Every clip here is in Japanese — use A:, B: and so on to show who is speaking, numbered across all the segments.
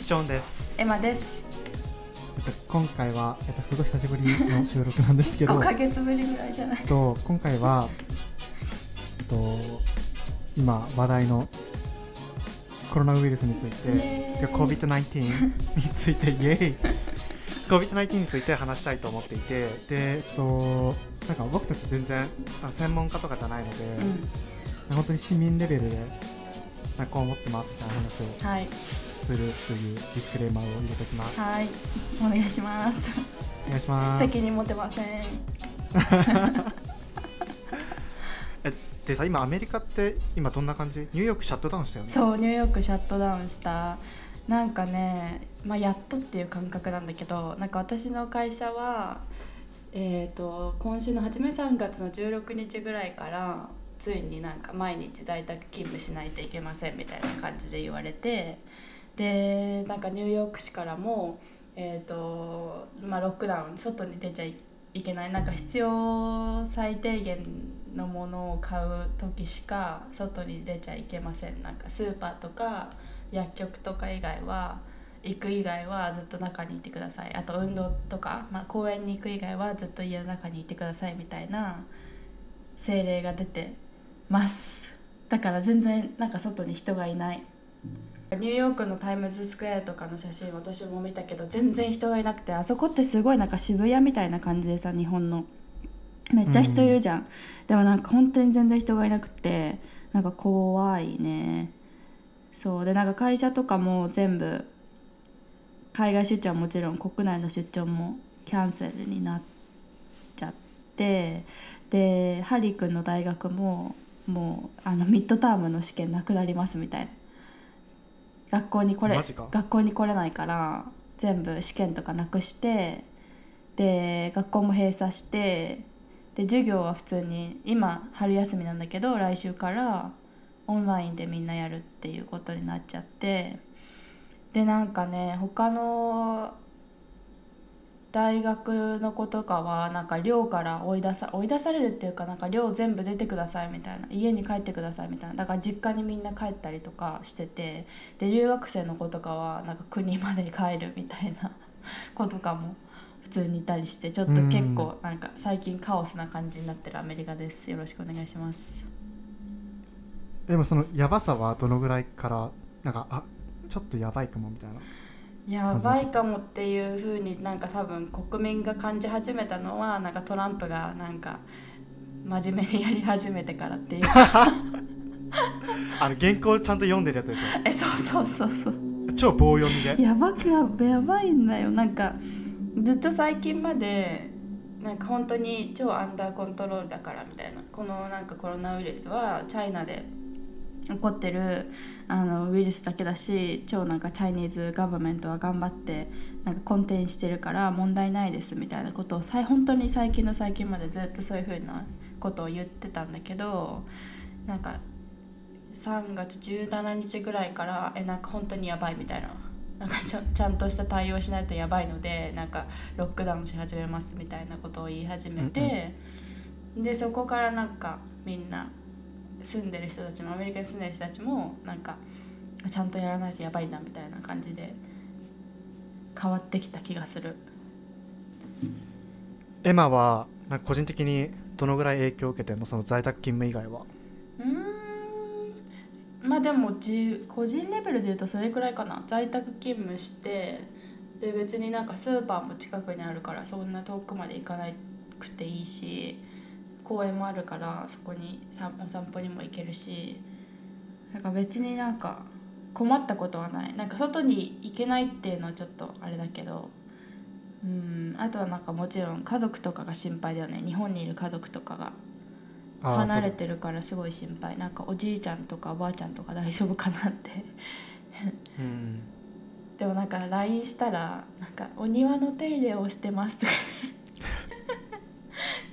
A: ションです
B: エマです
C: えっと、今回は、えっと、すごい久しぶりの収録なんですけど
B: 5ヶ月ぶりぐらいじゃない
C: えっと今回は、えっと、今話題のコロナウイルスについ
B: イ
C: て
B: エーイ
A: COVID-19 についてイエーイ COVID-19 について話したいと思っていてで、えっと、なんか僕たち全然あの専門家とかじゃないので、
B: う
C: 本当に市民レベルでなんかこう思ってますみたいな話を
B: んはい
C: するというディスクレーマーを入れておきます。
B: はいお願いします
C: お願いします。
B: 責任持てません
A: えでさ今アメリカって今どんな感じニューヨークシャットダウンしたよね
B: そうニューヨークシャットダウンしたなんかね、まあ、やっとっていう感覚なんだけどなんか私の会社は、えー、と今週の初め3月の16日ぐらいからついになんか毎日在宅勤務しないといけませんみたいな感じで言われてでなんかニューヨーク市からも、えーとまあ、ロックダウン外に出ちゃいいけないなんか必要最低限のものを買う時しか外に出ちゃいけませんなんかスーパーとか薬局とか以外は行く以外はずっと中にいてくださいあと運動とか、まあ、公園に行く以外はずっと家の中にいてくださいみたいな政令が出てますだから全然なんか外に人がいないニューヨークのタイムズスクエアとかの写真私も見たけど全然人がいなくてあそこってすごいなんか渋谷みたいな感じでさ日本のめっちゃ人いるじゃん、でもなんか本当に全然人がいなくてなんか怖いねそうでなんか会社とかも全部海外出張はもちろん国内の出張もキャンセルになっちゃってでハリー君の大学ももうあのミッドタームの試験なくなりますみたいな学校に来れ
A: マジか
B: 学校に来れないから全部試験とかなくしてで学校も閉鎖してで授業は普通に今春休みなんだけど来週からオンラインでみんなやるっていうことになっちゃってでなんかね他の大学の子とかはなんか寮から追い出さ追い出されるっていうかなんか寮全部出てくださいみたいな家に帰ってくださいみたいなだから実家にみんな帰ったりとかしててで留学生の子とかはなんか国まで帰るみたいな 子とかも普通にいたりしてちょっと結構なんか最近カオスな感じになってるアメリカですよろしくお願いします
C: でもそのやばさはどのぐらいからなんかあちょっとやばいかもみたいな。
B: やばいかもっていうふうになんか多分国民が感じ始めたのはなんかトランプがなんか真面目にやり始めてからっていう
A: あの原稿ちゃんと読んでるやつでしょ
B: えそうそうそうそう
A: 超棒読みで
B: やばくややばいんだよなんかずっと最近までなんか本当に超アンダーコントロールだからみたいなこのなんかコロナウイルスはチャイナで起こってるあのウイルスだけだし超なんかチャイニーズガバメントは頑張ってなんか根底にしてるから問題ないですみたいなことをさい本当に最近の最近までずっとそういうふうなことを言ってたんだけどなんか3月17日ぐらいからえなんか本当にやばいみたいななんかちゃちゃんとした対応しないとやばいのでなんかロックダウンし始めますみたいなことを言い始めて、でそこからなんかみんな住んでる人たちもアメリカに住んでる人たちもなんかちゃんとやらないとやばいんだみたいな感じで変わってきた気がする
A: エマはなんか個人的にどのぐらい影響を受けてんのその在宅勤務以外は
B: うーんまあでもじ個人レベルで言うとそれくらいかな在宅勤務してで別になんかスーパーも近くにあるからそんな遠くまで行かなくていいし公園もあるからそこに散お散歩にも行けるしなんか別になんか困ったことはないなんか外に行けないっていうのはちょっとあれだけどうんあとはなんかもちろん家族とかが心配だよね日本にいる家族とかが
A: あー
B: 離れ
A: そう
B: てるからすごい心配なんかおじいちゃんとかおばあちゃんとか大丈夫かなって
A: うん
B: でもなんか LINE したら「なんかお庭の手入れをしてます」とかね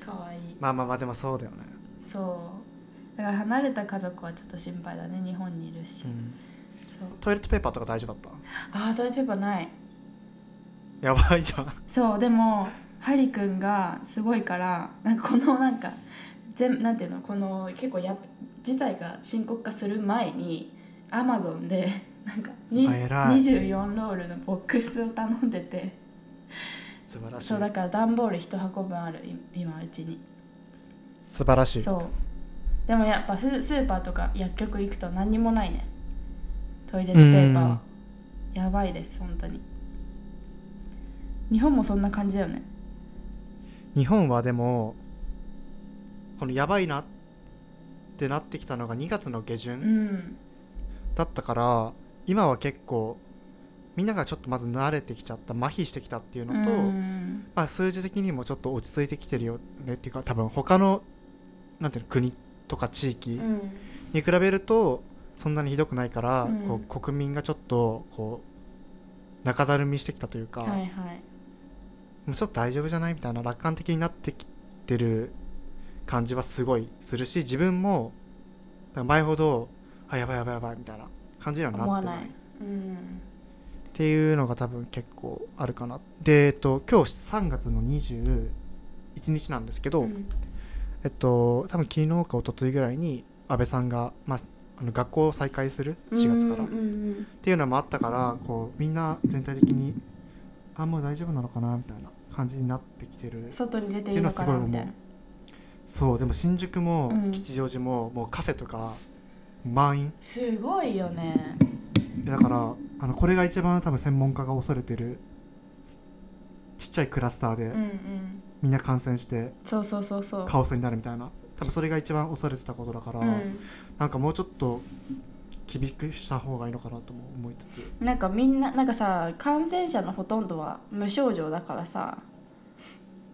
B: かわいい
A: まあまあまあでもそうだよね、
B: そうだから離れた家族はちょっと心配だね日本にいるし、
A: うん
B: そう
A: トイレットペーパーとか大丈夫だっ
B: ああトイレットペーパーない
A: たやばいじゃん
B: そうでもハリくんがすごいからなんかこのなんか全なんていうのこの結構や事態が深刻化する前にアマゾンで なんかに
A: あ偉い
B: 24ロールのボックスを頼んでて
A: 素晴らしい
B: そうだから段ボール1箱分あるい今うちに
A: 素晴らしい
B: そうでもやっぱススーパーとか薬局行くと何にもないねトイレットペーパーはやばいです本当に日本もそんな感じだよね
A: 日本はでもこのやばいなってなってきたのが2月の下
B: う
A: 旬
B: ん
A: だったから今は結構みんながちょっとまず慣れてきちゃった麻痺してきたっていうのと、
B: うん
A: まあ、数字的にもちょっと落ち着いてきてるよねっていうか多分他のなんていうの国とか地域
B: うん
A: に比べるとそんなにひどくないから、
B: うん
A: こう国民がちょっとこう中だるみしてきたというか、
B: はいはい
A: もうちょっと大丈夫じゃないみたいな楽観的になってきてる感じはすごいするし自分もなんか前ほどあやばいやばいやばいみたいな感じにはな
B: 思わ
A: ってない
B: ない
A: っ
B: うん
A: ていうのが多分結構あるかなで、えっと、今日3月の21日なんですけど、
B: うん
A: えっと多分昨日か一昨日ぐらいに安倍さんが、まあ、あの学校を再開する4月から
B: うんうん
A: っていうのもあったからこうみんな全体的にあもう大丈夫なのかなみたいな感じになってきてる
B: うん外に出ていいのかなみたいな
A: そうでも新宿も
B: うん
A: 吉祥寺ももうカフェとか満員
B: すごいよね
A: だからあのこれが一番多分専門家が恐れてるちっちゃいクラスターで
B: うんうん
A: みんな感染して
B: そうそうそうそう
A: カオスになるみたいな多分それが一番恐れてたことだから、
B: うん
A: なんかもうちょっと厳しくした方がいいのかなとも思いつつ
B: なんかみんななんかさ感染者のほとんどは無症状だからさ、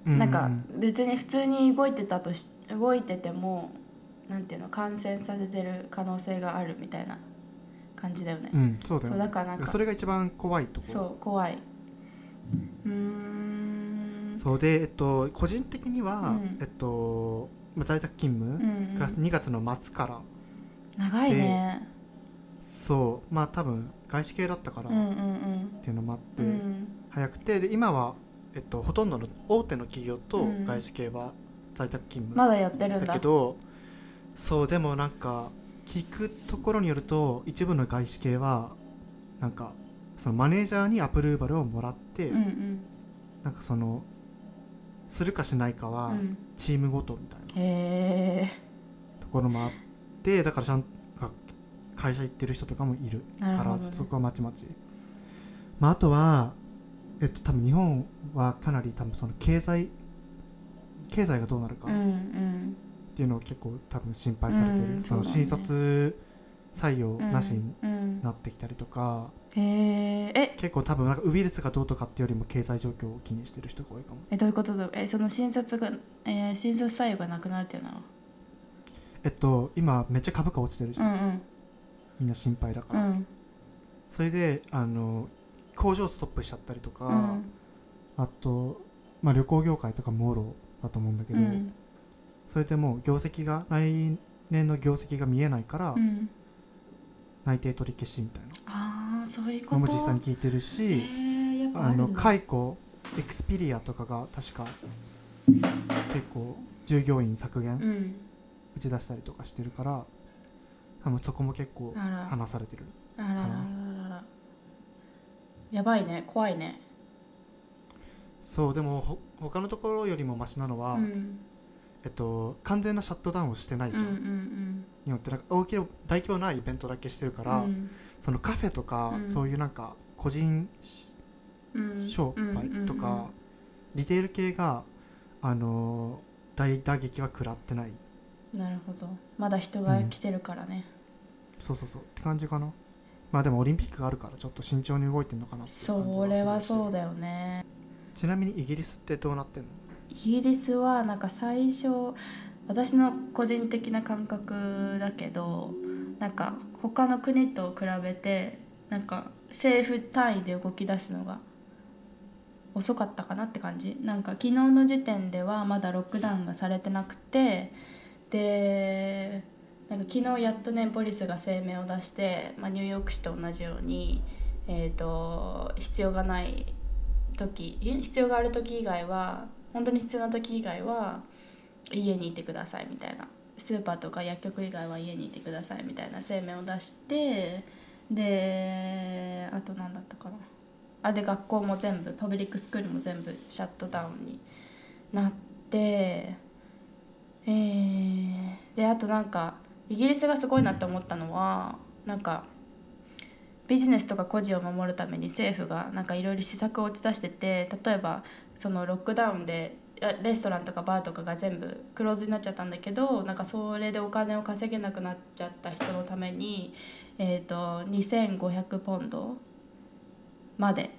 B: なんか別に普通に動いてたとし動いててもなんていうの感染させてる可能性があるみたいな感じだよね、
A: うん、うんそうだよ
B: そう
A: ね
B: だからなんか
A: それが一番怖いところ
B: そう怖いうーん
A: そうで、えっと、個人的には、
B: うん
A: えっと、まあ在宅勤
B: うんう
A: 務
B: ん
A: が2月の末から、
B: 長いね
A: そうまあ多分外資系だったから
B: うんう
A: っ
B: んうん
A: ていうのもあって、
B: うん
A: 早くてで今は、えっと、ほとんどの大手の企業と
B: うん
A: 外資系は在宅勤務
B: まだやってるんだ
A: だけど、そうでもなんか聞くところによると一部の外資系はなんかそのマネージャーにアプルーバルをもらって、
B: うんうん
A: なんかそのするかしないか
B: う
A: は
B: ん
A: チームごとみたいな。
B: へえ
A: ところもあってだからちゃんと会社行ってる人とかもいるか
B: なる
A: ら
B: ほどね
A: ちょっとそこはまちまち、まあ、あとはえっと多分日本はかなり多分その経済経済がどうなるか
B: う
A: っ
B: んうん
A: ていうのを結構多分心配されてる、
B: うん
A: その
B: そうだ
A: 新
B: ね
A: 卒採用なしに
B: うん
A: なってきたりとか、
B: へええ
A: 結構多分なんかウイルスがどうとかっていうよりも経済状況を気にしてる人が多いかも
B: えどういうことだえその診察が、えー、診察作用がなくなるっていうのは
A: えっと今めっちゃ株価落ちてるじ
B: う
A: ゃん、
B: ん
A: みんな心配だか
B: う
A: ら、
B: ん
A: それであの工場ストップしちゃったりとか、
B: うん
A: あと、まあ、旅行業界とかもろだと思うんだけ
B: う
A: ど、
B: ん
A: それでもう業績が来年の業績が見えないから
B: うん
A: 内定取り消しみたいな
B: ああそういうこと
A: のも実際に聞いてるし、
B: へーやっぱ
A: あの
B: るんだ
A: 解雇エクスペリアとかが確か結構従業員削減
B: うん
A: 打ち出したりとかしてるから多分そこも結構
B: あら
A: 話されてる
B: あららら
A: かな
B: ららやばいね怖いね
A: そうでもほ他のところよりもマシなのは、
B: うん
A: えっと、完全なシャットダウンをしてない
B: うん
A: じ
B: う
A: ゃ
B: ん
A: ん、によってなんか大規模大規模なイベントだけしてるか
B: う
A: ら、
B: ん
A: そのカフェとか、
B: うん
A: そういうなんか個人
B: うん
A: 商売とか、リテール系が、あのー大打撃は食らってない
B: うんうんなるほどまだ人が来てるからね、
A: そうそうそうって感じかなまあでもオリンピックがあるからちょっと慎重に動いてるのかなっていう感じ
B: それは
A: する
B: そうだよね
A: ちなみにイギリスってどうなってんの
B: イギリスはなんか最初私の個人的な感覚だけどなんか他の国と比べてなんか政府単位で動き出すのが遅かったかなって感じなんか昨日の時点ではまだロックダウンがされてなくてでなんか昨日やっとねボリスが声明を出して、まあ、ニューヨーク市と同じように、えー、と必要がない時え必要がある時以外は本当に必要な時以外は家にいてくださいみたいなスーパーとか薬局以外は家にいてくださいみたいな声明を出してであと何だったかなあで学校も全部パブリックスクールも全部シャットダウンになってえーであとなんかイギリスがすごいなって思ったのはなんかビジネスとか個人を守るために政府がなんかいろいろ施策を打ち出してて例えばそのロックダウンであレストランとかバーとかが全部クローズになっちゃったんだけどなんかそれでお金を稼げなくなっちゃった人のために、えー、と2500ポンドまで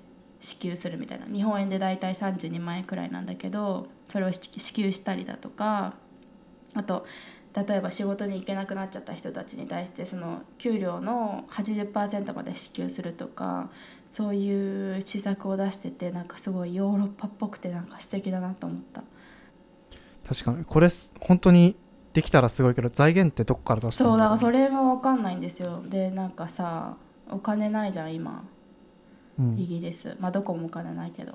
B: 支給するみたいな日本円で大体32万円くらいなんだけどそれを支支給したりだとかあと例えば仕事に行けなくなっちゃった人たちに対してその給料の80%まで支給するとかそういう施策を出しててなんかすごいヨーロッパっぽくてなんか素敵だなと思った
A: 確かにこれす本当にできたらすごいけど財源ってどこから出したん
B: そうだから
A: ろ
B: それも分かんないんですよでなんかさお金ないじゃん今
C: うん
B: イギリスまあどこもお金ないけど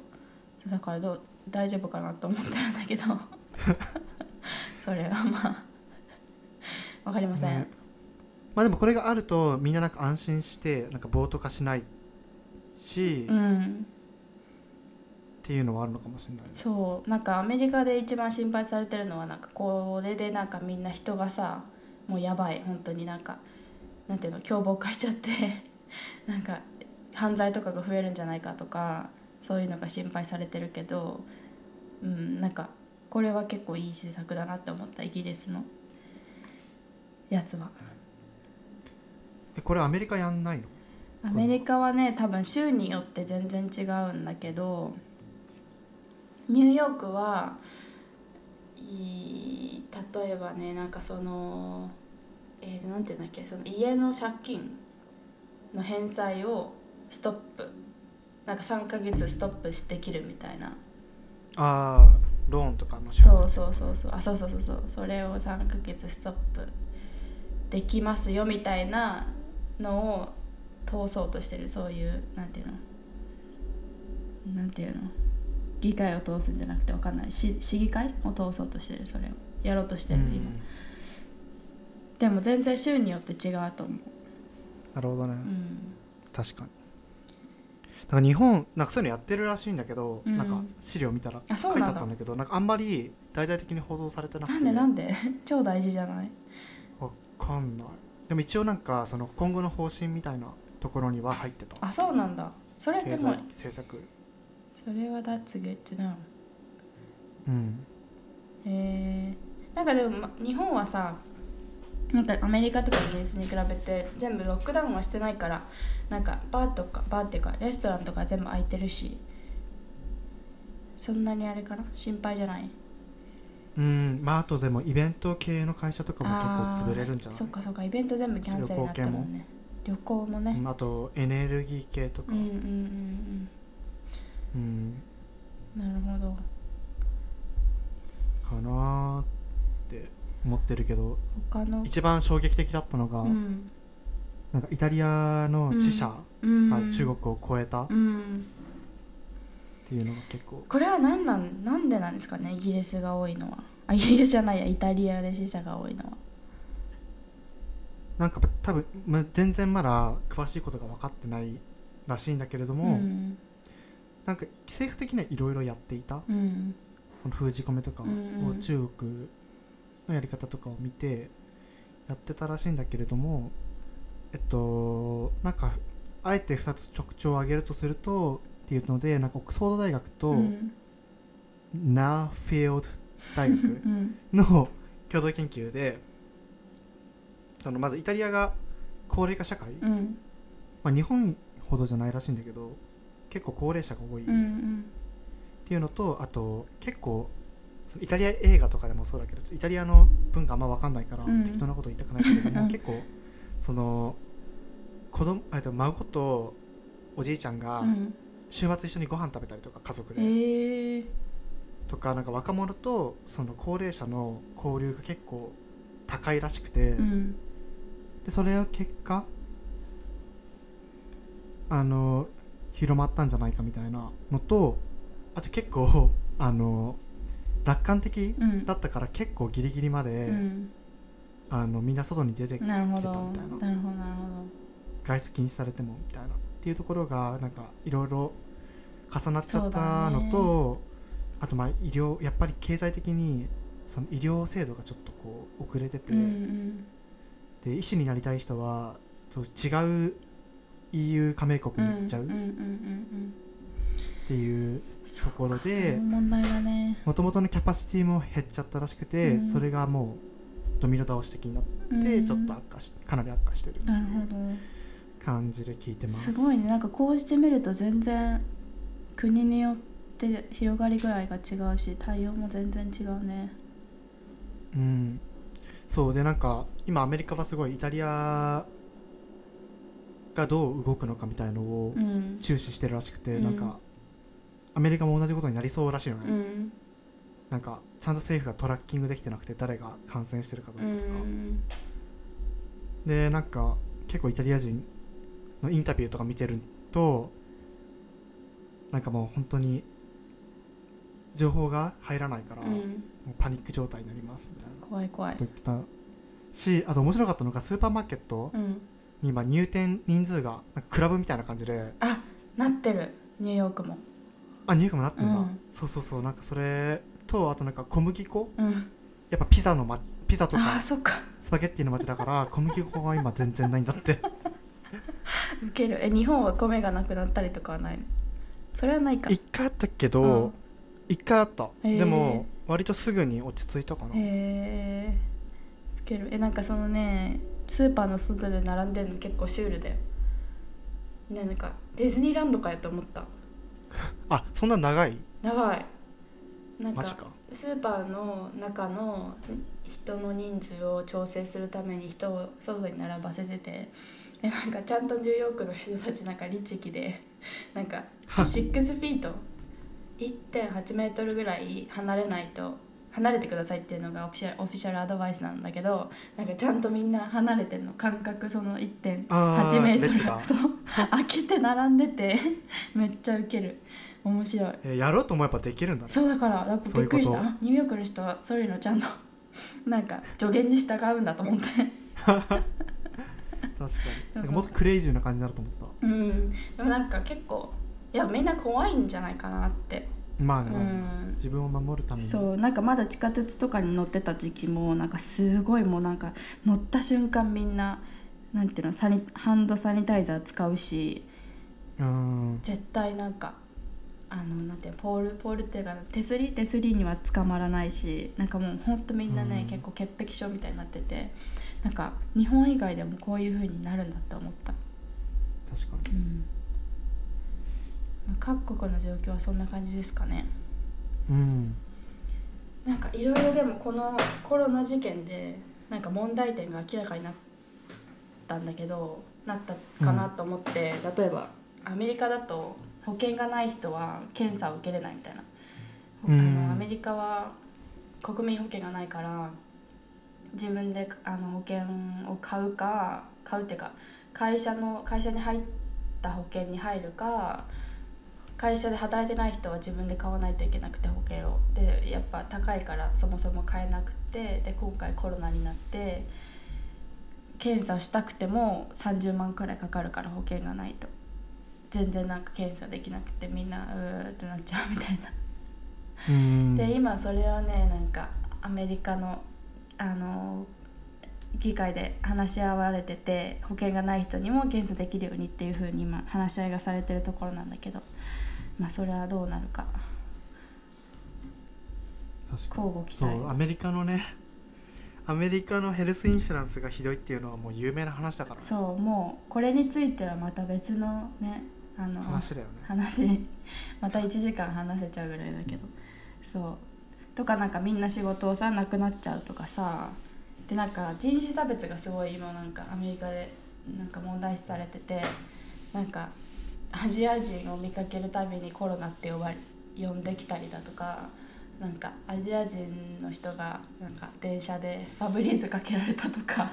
B: そうだからどう大丈夫かなと思ってるんだけどそれはまあ分かりません、
A: ねまあでもこれがあるとみんななんか安心してなんか暴徒化しないし、っ
B: うん
A: ていうのはあるのかもしれないね
B: そうなんかアメリカで一番心配されてるのはなんかこれでなんかみんな人がさもうやばい本当になんかなんていうの凶暴化しちゃって なんか犯罪とかが増えるんじゃないかとかそういうのが心配されてるけどうんなんかこれは結構いい施策だなって思ったイギリスのやつは。
A: えこれアメリカやんないの
B: アメリカはね多分州によって全然違うんだけどニューヨークはい例えばねなんかそのえーと、なんていうんだっけその家の借金の返済をストップなんか3ヶ月ストップできるみたいな
A: ああローンとかの
B: そうそうそうそうあそうそうそうそうそれを3ヶ月ストップできますよみたいなのを通そうとしてるそういうなんていうのなんていうの議会を通すんじゃなくてわかんない市市議会を通そうとしてるそれをやろうとしてる
A: う
B: 今
A: ん
B: でも全然州によって違うと思
A: なるほどね、
B: ううん
A: 確かにだから日本なんかそういうのやってるらしいんだけど、
B: うん
A: なんか資料見たら
B: あ
A: 書
B: そ
A: いうて
B: な
A: あ
B: ん
A: っ
B: だ
A: たんだけどなんかあんまり大々的に報道されてなく
B: な
A: て
B: んでなんで 超大事じゃない
A: わかんないでも一応なんかその今後の方針みたいなところには入ってた
B: あそうなんだそれで
A: 経
B: も
A: 済政策
B: それは That's good to know
A: うん
B: えーなんかでもま日本はさなんかアメリカとかイギリスに比べて全部ロックダウンはしてないからなんかバーとかバーっていうかレストランとか全部空いてるしそんなにあれかな心配じゃない
A: うんまああとでもイベント系の会社とかも結構潰れるんじゃ
B: あー
A: ない
B: そっかそっかイベント全部キャンセルになったもんね旅行も
A: う
B: ね
A: んあとエネルギー系とか
B: うんうんうん
A: うん
B: うんなるほど
A: かなーって思ってるけど
B: 他の
A: 一番衝撃的だったのが、
B: うん
A: なんかイタリアの死者
B: うん
A: が中国を超えたっ
B: うん
A: ていうのが結構、
B: これは何なんなんでなんですかねイギリスが多いのはあイギリスじゃないやイタリアで死者が多いのは
A: なんか多分、まあ、全然まだ詳しいことが分かってないらしいんだけれども、
B: ん
A: なんか政府的にはいろいろやっていた
B: うん
A: その封じ込めとかを
B: うんうん
A: 中国のやり方とかを見てやってたらしいんだけれどもえっとなんかあえて2つ直調を上げるとするとっていうのでなんかオックスフォード大学と
B: うん
A: ナーフィールド大学
B: うん
A: の共同研究でそのまずイタリアが高齢化社会、
B: うん
A: まあ、日本ほどじゃないらしいんだけど結構高齢者が多い。
B: うんうん
A: っていうのとあと結構そのイタリア映画とかでもそうだけどイタリアの文化あんま分かんないから、
B: うん
A: 適当なこと言いたくないけれども、
B: うん
A: 結構その子供えっと孫とおじいちゃんが
B: うん
A: 週末一緒にご飯食べたりとか家族で、
B: ええ
A: とかなんか若者とその高齢者の交流が結構高いらしくて、
B: うん
A: でそれが結果あの広まったんじゃないかみたいなのとあと結構 あの楽観的
B: うん
A: だったから結構ギリギリまで、
B: うん
A: あのみんな外に出て
B: なるほど
A: 来てたみたいな
B: なるほどなるほ
A: 外出禁止されてもみたいなっていうところがなんかいろいろ重なっちゃったの
B: そ
A: と、あとまあ医療やっぱり経済的にその医療制度がちょっとこう遅れてて、
B: うんうん
A: で医師になりたい人はそう違う EU 加盟
B: う
A: 国
B: ん
A: に行っちゃうっ
B: うんうんうんうん
A: ていうところ
B: そうい
A: で
B: う問題だね
A: もともとのキャパシティも減っちゃったらしくて、
B: うん
A: それがもうドミノ倒し的になっ
B: う
A: て
B: ん
A: ちょっと悪化しかなり悪化してるってい
B: なるほ
A: う
B: ど
A: 感じで聞いてます。
B: すごいねなんかこうしてみると全然国によって広がり具合が違うし対応も全然違うね
A: うん、そうでなんか今アメリカはすごいイタリアがどう動くのかみたいのを
B: うん
A: 注視してるらしくて、
B: うん
A: なんかアメリカも同じことになりそうらしいよね、
B: うん
A: なんかちゃんと政府がトラッキングできてなくて誰が感染してるかど
B: う
A: うかとか、
B: ん
A: でなんか結構イタリア人のインタビューとか見てるとなんかもう本当に情報が入らないから、
B: う
A: もうんパニック状態になりますみたいな
B: 怖い怖い
A: と言ってたしあと面白かったのがスーパーマーケット
B: うん
A: に今入店人数がなんかクラブみたいな感じで
B: あなってるニューヨークも
A: あ入荷もなってんだ、
B: うん
A: そうそうそうなんかそれとあとなんか小麦粉
B: うん
A: やっぱピザの街ピザと
B: ああ
A: か
B: そっか
A: スパゲッティの街だから小麦粉が今全然ないんだって
B: ウケるえ日本は米がなくなったりとかはないのそれはないか
A: 一回あったけ
B: うん
A: ど一回あった、
B: へー
A: でも割とすぐに落ち着いたかな、
B: へえウケるえなんかそのねスーパーの外で並んでるの結構シュールだよねなんかディズニーランドかよと思った
A: あそんな長い
B: 長いなん
A: マ
B: か
A: ジか
B: スーパーの中の人の人数を調整するために人を外に並ばせててでなんかちゃんとニューヨークの人たちなんか律儀で なんか6フィート1.8メートルぐらい離れないと離れてくださいっていうのがオフィシャルオフィシャルアドバイスなんだけどなんかちゃんとみんな離れてんの間隔その
A: あー
B: 1.8メート
A: 列
B: ル
A: が
B: そう開けて並んでてめっちゃウケる面白い。
A: えーやろうと思えばできるんだね
B: そうだからなんか
A: そう
B: び
A: い
B: っ
A: うこ
B: く
A: と
B: りしたあニューヨークの人はそういうのちゃんと なんか助言に従うんだと思って
A: 確かに
B: そう
A: なんかもっとクレイジーな感じになると思ってた
B: うんでもなんか結構いやみんな怖いんじゃないかなって
A: まあね、
B: うん
A: 自分を守るために
B: そうなんかまだ地下鉄とかに乗ってた時期もなんかすごいもうなんか乗った瞬間みんななんていうのサニハンドサニタイザー使うし
A: うん
B: 絶対なんかあのなんていうのポールポールっていうか手すり手すりには捕まらないしなんかもうほんとみんなね、
A: うん
B: 結構潔癖症みたいになっててなんか日本以外でもこういう風になるんだって思った、
A: 確かに
B: うんまあ各国の状況はそんな感じですかね
A: うん
B: なんかいろいろでもこのコロナ事件でなんか問題点が明らかになったんだけどなったかなと思って、例えばアメリカだと保険がない人は検査を受けれないみたいな、
A: うん
B: あのアメリカは国民保険がないから自分であの保険を買うか買うっていうか会社の会社に入った保険に入るか会社で働いてない人は自分で買わないといけなくて保険をでやっぱ高いからそもそも買えなくてで今回コロナになって検査したくても30万くらいかかるから保険がないと全然なんか検査できなくてみんなうーってなっちゃうみたいな
A: うん
B: で今それはねなんかアメリカのあの議会で話し合われてて保険がない人にも検査できるようにっていう風に今話し合いがされてるところなんだけどまあそれはどうなるか
A: 確かに
B: 交互期
A: そ
B: 待
A: うアメリカのねアメリカのヘルスインシュランスがひどいっていうのはもう有名な話だからね
B: そうもうこれについてはまた別のねあの
A: 話だよね
B: 話また1時間話せちゃうぐらいだけどそうとかなんかみんな仕事をさなくなっちゃうとかさでなんか人種差別がすごい今なんかアメリカでなんか問題視されててなんかアジア人を見かけるたびにコロナって呼ばれ呼んできたりだとかなんかアジア人の人がなんか電車でファブリーズかけられたとか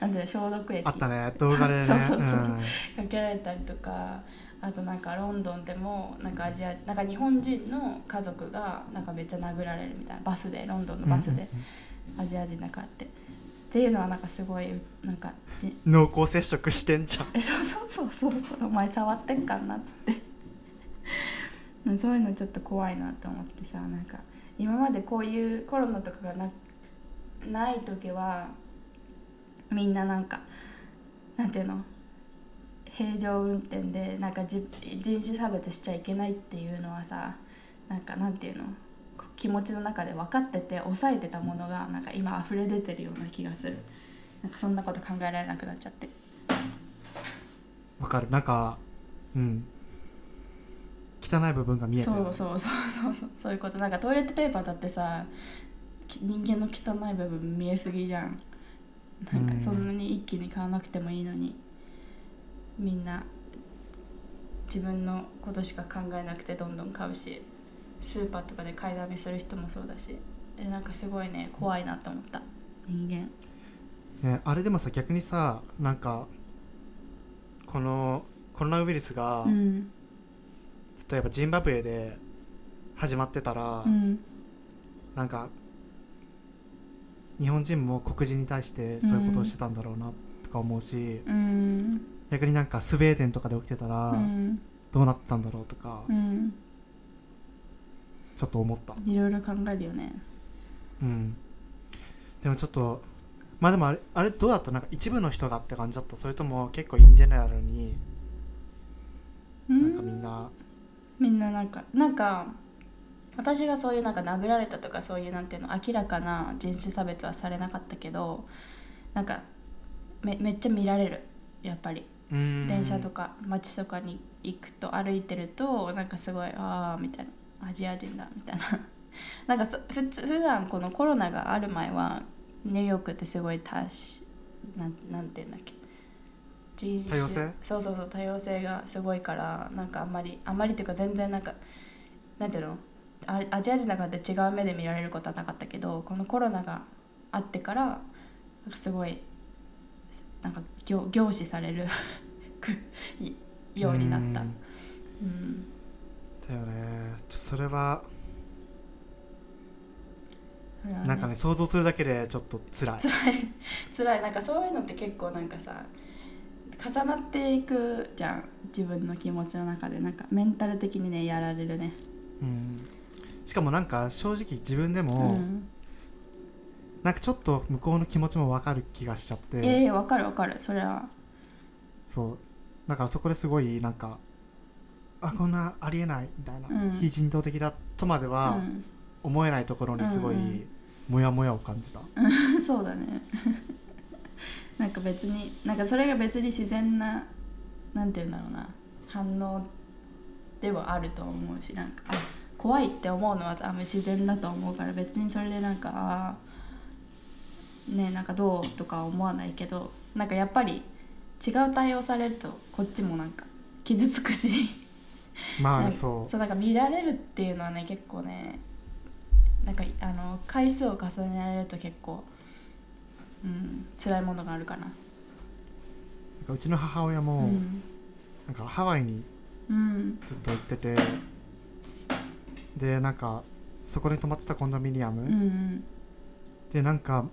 B: なんで消毒液
A: あったね動画でね
B: そうそうそ
A: うん
B: うかけられたりとかあとなんかロンドンでもなんかアジアなんか日本人の家族がなんかめっちゃ殴られるみたいなバスでロンドンのバスでアジア人だからってっていうのはなんかすごいなんかじ
A: 濃厚接触してんじゃん
B: えそうそうそうそうそうお前触ってんかんなっつってうんそういうのちょっと怖いなと思ってさなんか今までこういうコロナとかがなない時はみんななんかなんていうの平常運転でなんかじ人種差別しちゃいけないっていうのはさなんかなんていうのこう気持ちの中で分かってて抑えてたものがなんか今溢れ出てるような気がするなんかそんなこと考えられなくなっちゃって
A: わかるなんかうん汚い部分が見えて
B: そ
A: る
B: うそうそうそうそうそういうことなんかトイレットペーパーだってさき人間の汚い部分見えすぎじゃんなんか
A: うん
B: そんなに一気に買わなくてもいいのにみんな自分のことしか考えなくてどんどん買うしスーパーとかで買いだめする人もそうだしえなんかすごいね怖いなと思った人間
A: ね、あれでもさ逆にさなんかこのコロナウイルスが、
B: うん
A: 例えばジンバブエで始まってたら、
B: うん
A: なんか日本人も黒人に対してそういうことをしてたんだろうなとか思うし、
B: うん
A: 逆になんかスウェーデンとかで起きてたら
B: うん
A: どうなってたんだろうとか
B: うん
A: ちょっと思った、
B: いろいろ考えるよね
A: うん、でもちょっとまあでもあれあれどうだったなんか一部の人がって感じだったそれとも結構インジェネラルに
B: う
A: なんかみんな
B: みんななんかなんか私がそういうなんか殴られたとかそういうなんていうの明らかな人種差別はされなかったけどなんかめめっちゃ見られるやっぱり
A: うん
B: 電車とか街とかに行くと歩いてるとなんかすごいああみたいなアジア人だみたいな なんかそ普通普段このコロナがある前はニューヨークってすごい多種なんなんていうんだっけ人種
A: 多様性
B: そうそうそう多様性がすごいからなんかあんまりあんまりっていうか全然なんかなんていうのあアジア人だからって違う目で見られることはなかったけどこのコロナがあってからなんかすごいなんか凝凝視される くいようになった。
A: うん
B: うん
A: だよねちょそれは
B: それは
A: なんかね想像するだけでちょっと辛い
B: 辛い辛いなんかそういうのって結構なんかさ重なっていくじゃん自分の気持ちの中でなんかメンタル的にねやられるね
A: うんしかもなんか正直自分で
B: う
A: も、
B: ん
A: なんかちょっと向こうの気持ちも分かる気がしちゃって、
B: ええわかるわかるそれは
A: そうだからそこですごいなんかあこんなありえないみたいな、
B: うん
A: 非人道的だとまで
B: う
A: は
B: ん
A: 思えないところにすごい
B: うんうん
A: モヤモヤを感じた、
B: そうだねなんか別になんかそれが別に自然ななんて言うんだろうな反応ではあると思うしなんかあ怖いって思うのは多分自然だと思うから別にそれでなんかあーねなんかどうとかは思わないけどなんかやっぱり違う対応されるとこっちもなんか傷つくし
A: まあ、
B: なんか
A: そう
B: そうなんか見られるっていうのはね結構ねなんかあの回数を重ねられると結構うん辛いものがあるかな
A: なんかうちの母親も、
B: うん、
A: なんかハワイに
B: うん、
A: ずっと行っててでなんかそこに泊まってたコンドミニアム、
B: うん
A: でなんか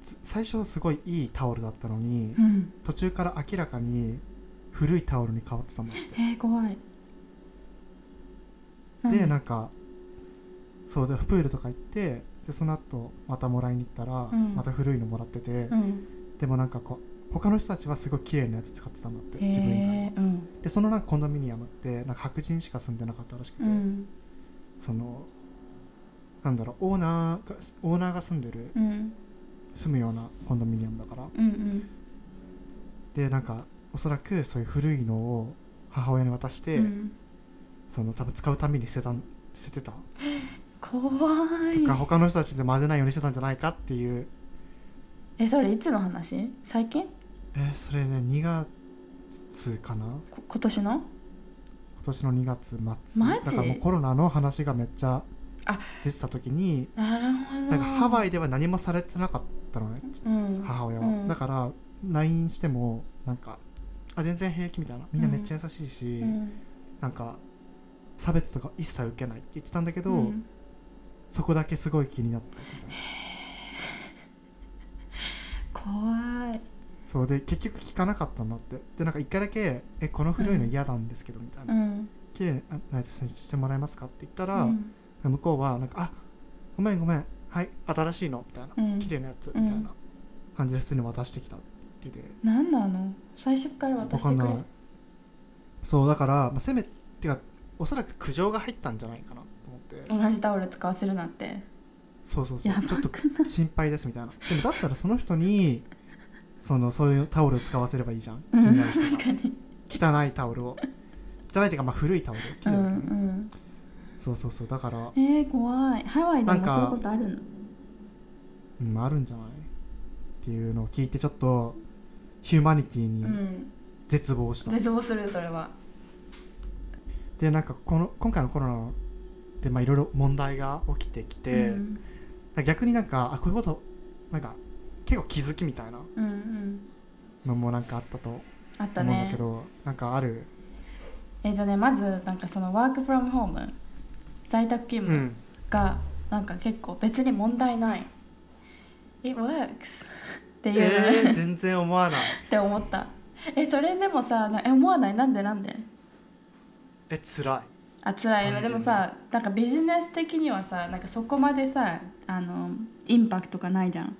A: つ最初すごいいいタオルだったのに、
B: うん
A: 途中から明らかに古いタオルに変わってたもんって
B: えー、怖い
A: で
B: ん
A: なんかそうでプールとか行ってでその後またもらいに行ったら、
B: うん
A: また古いのもらってて、
B: うん
A: でもなんかこう他の人たちはすごい綺麗なやつ使ってたんだって
B: へ
A: 自分以外は
B: えうん
A: でそのなんかコンドミニアムってなんか白人しか住んでなかったらしくて、
B: うん
A: そのなんだろうオーナーがオーナーが住んでる
B: うん
A: 住むようなコンドミニアムだから
B: うんうん
A: でなんかおそらくそういう古いのを母親に渡して、
B: うん
A: その多分使うために捨てたん捨ててた
B: 怖い
A: とか他の人たちで混ぜないようにしてたんじゃないかっていう、
B: えそれいつの話最近
A: えーそれね2月かな今
B: こ今年の
A: 年の2月末
B: マジ
A: だからもうコロナの話がめっちゃ
B: あ
A: 出てた時に
B: なるほど
A: なんかハワ
B: イ、
A: イでは何もされてなかったのねち
B: うん、
A: 母親は、
B: うん
A: だから LINE してもなんかあ全然平気みたいなみんなめっちゃ優しいし、
B: うん
A: なんか差別とか一切受けないって言ってたんだけど、
B: うん
A: そこだけすごい気になったみたいな
B: 怖い
A: そうで結局聞かなかったんだってでなんか一回だけ「えこの古いの嫌なんですけど」みたいな
B: うん
A: 「綺麗なやつにしてもらえますか?」って言った
B: う
A: ら、
B: ん
A: 向こうはなんか「あごめんごめんはい新しいの」みたいな
B: う
A: 「
B: ん
A: 綺麗なやつ」みたいな感じで普通に渡してきたって言ってて
B: 何なの最初から渡
A: わ
B: し
A: か
B: て
A: ん
B: く
A: ない
B: れ
A: そうだから、まあ、せめてかおそらく苦情が入ったんじゃないかなと思って、
B: 同じタオル使わせるなんて
A: そうそうそ
B: や
A: うちょっ
B: ば
A: と
B: くない
A: 心配ですみたいなでもだったらその人にそのそういうタオルを使わせればいいじゃん気
B: うん
A: になる人が
B: 確かに
A: 汚いタオルを汚いっていうかまあ古いタオル綺
B: う
A: 麗
B: ん
A: だけどね
B: うん
A: そうそうそうだから、
B: えー、怖いハワイでも
A: なんか
B: そういうことあるの
A: うん、あるんじゃないっていうのを聞いてちょっとヒューマニティ
B: う
A: に
B: ん
A: 絶望した、
B: 絶望するそれは
A: でなんかこの今回のコロナでまあいろいろ問題が起きてきて、
B: うん
A: 逆になんかあこういうことなんか結構気づきみたいな
B: うんうん
A: のもなんかあったと思
B: あった
A: うん
B: ね
A: だけど、なんかある
B: えっ、とねまずなんかそのワークフロムホーム在宅勤
A: う
B: 務
A: ん
B: がなんか結構別に問題ない「It works」っていう、
A: えー、全然思わない
B: って思ったえそれでもさなえ思わないなんでなんで
A: え辛
B: あ辛い
A: 単純に
B: でもさなんかビジネス的にはさなんかそこまでさあのインパクトがないじゃん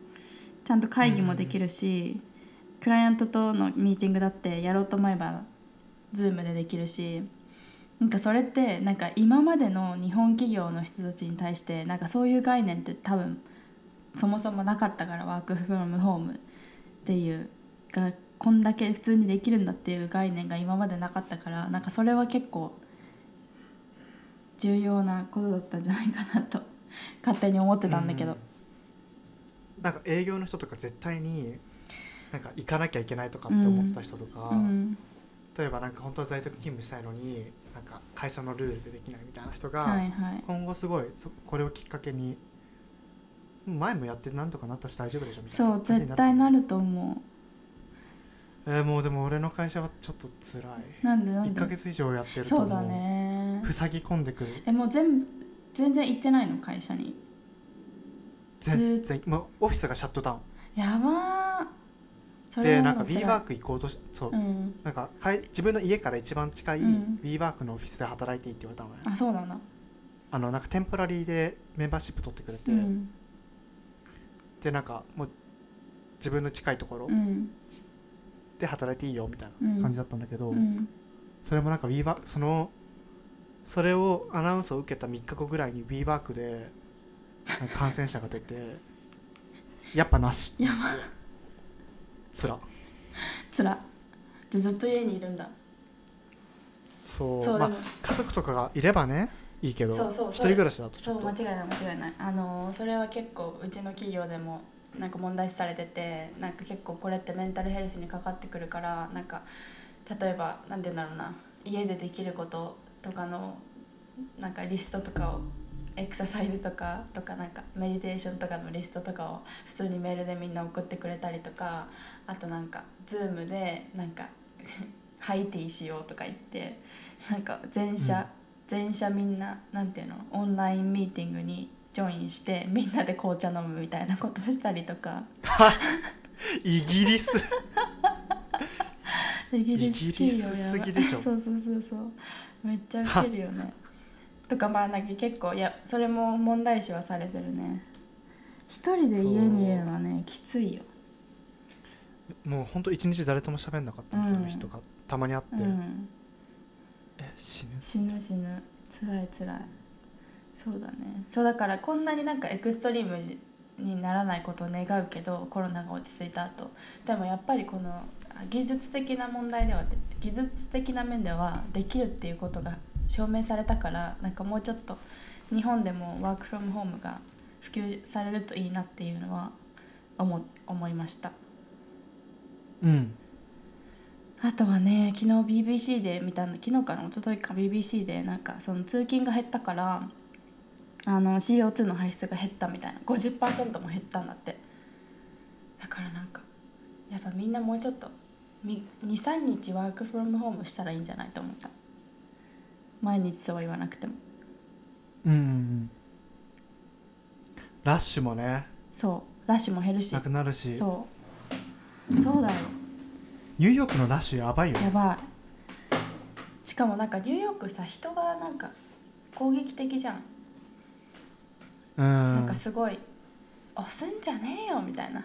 B: ちゃんと会議もできるし、クライアントとのミーティングだってやろうと思えば Zoom でできるしなんかそれってなんか今までの日本企業の人たちに対してなんかそういう概念って多分そもそもなかったからワークフロムホームっていうがこんだけ普通にできるんだっていう概念が今までなかったからなんかそれは結構重要なことだったんじゃないかなと 勝手に思ってたんだけど、
A: いなんか営業の人とか絶対になんか行かなきゃいけないとかって思ってた人とか、
B: うん
A: 例えばなんか本当は在宅勤務したいのになんか会社のルールでできないみたいな人が、
B: はいはい
A: 今後すごいそこれをきっかけに前もやってなんとかなったし大丈夫でしょみたいな
B: そう絶対な
A: る、
B: ると思
A: えーもうでも俺の会社はちょっと辛
B: うなんでないん
A: 1ヶ
B: で
A: 月以上やってると
B: そう
A: も
B: だね
A: う塞ぎ込んでくる
B: えもう全部全然行ってないの会社に
A: 全然もうオフィスがシャットダウ
B: やばーそ
A: ン
B: れ
A: で
B: は
A: なんか
B: もう辛い
A: B ワーク行こうとしそう、
B: うん
A: なんかかい自分の家から一番近い
B: うん
A: B ワークのオフィスで働いていいって言われたのね、
B: あそうなんだ
A: あのなんかテンポラリーでメンバーシップ取ってくれて、
B: うん
A: でなんかもう自分の近いところ
B: うん
A: で働いていいよみたいな感じだったんだけど、
B: うん
A: それもなんか WeWork そのそれをアナウンスを受けた3日後ぐらいに WeWork でなんか感染者が出て やっぱなし
B: やば
A: つら
B: つらでずっと家にいるんだ
A: そう
B: そう
A: ま
B: で
A: あ
B: も
A: 家族とかがいればねいいけど
B: そうそう
A: 一
B: そ
A: 人
B: れ
A: 暮らしだとち
B: そ
A: ょっ
B: う
A: と
B: 間違いない間違いないあのーそれは結構うちの企業でもなんか問題視されててなんか結構これってメンタルヘルスにかかってくるからなんか例えばなんて言うんだろうな家でできることとかのなんかリストとかをエクササイズとかとかなんかメディテーションとかのリストとかを普通にメールでみんな送ってくれたりとかあとなんか Zoom でなんか ハイティーしようとか言ってなんか全社、
A: うん
B: 全社みんななんていうのオンラインミーティングにジョインしてみんなで紅茶飲むみたいなことをしたりとか
A: イギリス
B: イギリス企業やば
A: イギリスす
B: い
A: ぎでしょ
B: そうそうそうそうめっちゃウケるよねとかまあなんか結構いやそれも問題視はされてるね一人で家にいるのはねきついよ
A: もうほんと一日誰とも喋んなかったみたいな人がたまにあって、
B: うん
A: え死ぬ
B: 死ぬ死ぬ辛い辛いそうだねそうだからこんなになんかエクストリームじにならないことを願うけどコロナが落ち着いた後でもやっぱりこのあ技術的な問題では技術的な面ではできるっていうことが証明されたからなんかもうちょっと日本でもワークフロムホームが普及されるといいなっていうのは思思いました。
A: うん
B: あとはね昨日 BBC で見たんだ昨日かな一昨日か BBC でなんかその通勤が減ったからあの CO2 の排出が減ったみたいな50%も減ったんだってだからなんかやっぱみんなもうちょっと23日ワークフロムホームしたらいいんじゃないと思った毎日とは言わなくても
A: うんうんうんラッシュもね
B: そうラッシュも減るし
A: なくなるし
B: そうそうだよ
A: ニューヨークのラッシュやばいよね
B: やばいしかもなんかニューヨークさ人がなんか攻撃的じゃん、
A: うん
B: なんかすごい「押すんじゃねえよ」みたいな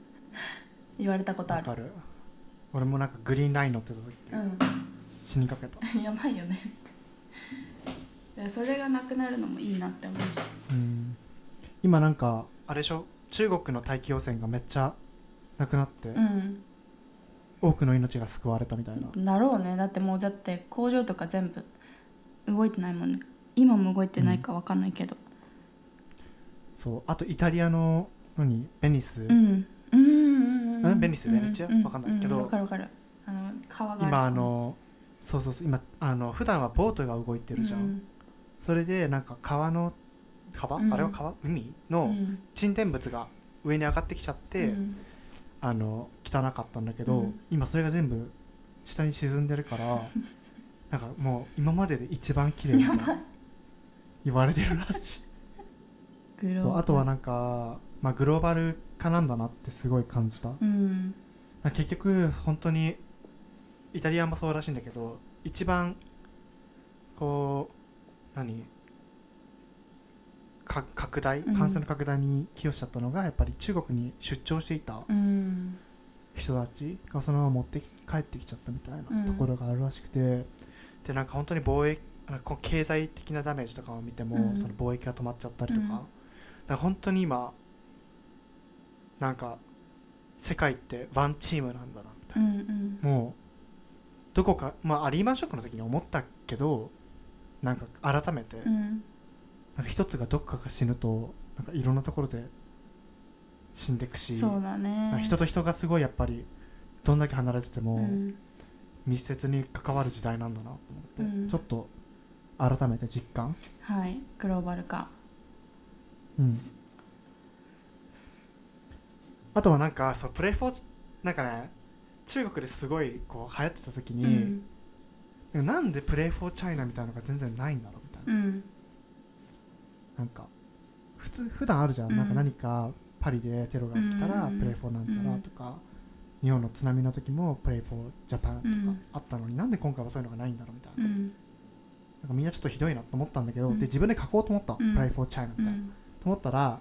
B: 言われたことあ
A: わ
B: る
A: かる俺もなんかグリーンライン乗ってた時
B: う
A: 死にかけた
B: ん やばいよねいやそれがなくなるのもいいなって思うし
A: うん今なんかあれでしょ中国の大気汚染がめっちゃなくなって、
B: うん
A: 多くの命が救われたみたいな
B: だろうねだってもうだって工場とか全部動いてないもんね今も動いてないかわかんないけど
A: そうあとイタリアの何ベニス、
B: うんうんうんうん
A: んベニスベネチア
B: うう
A: わかんないけど
B: うわかるわかるあの川がる
A: 今あのそうそうそう今あの普段はボートが動いてるじゃん、
B: うん
A: それでなんか川の川、
B: うん
A: あれは川海
B: う
A: の
B: ん
A: 沈殿物が上に上がってきちゃって、
B: うん
A: あの汚かったんだけど、
B: うん
A: 今それが全部下に沈んでるから なんかもう今までで一番綺麗みたいな言われてるらし
B: グロー
A: い
B: ブ
A: そうあとはなんか、まあ、グローバル化なんだなってすごい感じた
B: うん
A: なんか結局本当にイタリアもそうらしいんだけど一番こう何か拡大
B: うん
A: 感染の拡大に寄与しちゃったのが、やっぱり中国に出張していた
B: うん
A: 人たちがそのまま持ってき帰ってきちゃったみたい
B: うん
A: なところがあるらしくて、でなんか本当に貿易なんかこう経済的なダメージとかを見ても、
B: うん
A: その貿易が止まっちゃったりとか,、
B: うん
A: だから本当に今なんか世界ってワンチームなんだなみた
B: う
A: いな、
B: ん
A: もうどこか、まあ、リーマンショックの時に思ったけどなんか改めて、
B: うんうん
A: なんか一つがどっかが死ぬとなんかいろんなところで死んでいくし、
B: そう
A: な
B: だ
A: ん
B: ね
A: か人と人がすごいやっぱりどんだけ離れてても。
B: うん
A: 密接に関わる時代なんだなと思って、
B: うん
A: ちょっと改めて実感、
B: はいグローバル化
A: うん、あとはなんかそうプレイフォーなんかね中国ですごいこう流行ってた時
B: う
A: に、
B: ん
A: なんでプレイフォーチャイナみたいなのが全然ないんだろうみたいな、
B: うん
A: なんか普通普段あるじゃん,、なんか
B: うん
A: 何かパリでテロが起きたら
B: うん
A: プレイフォーなんちゃらとか、日本の津波の時もプレイフォージャパンと
B: う
A: か
B: ん
A: あったのに、なんで今回はそういうのがないんだろうみたいな
B: う、ん
A: なんかみんなちょっとひどいなと思ったんだけど、
B: うん
A: で自分で書こうと思った、
B: うん
A: プライフォーチャイナみ
B: う
A: たいな、
B: ん
A: と思ったら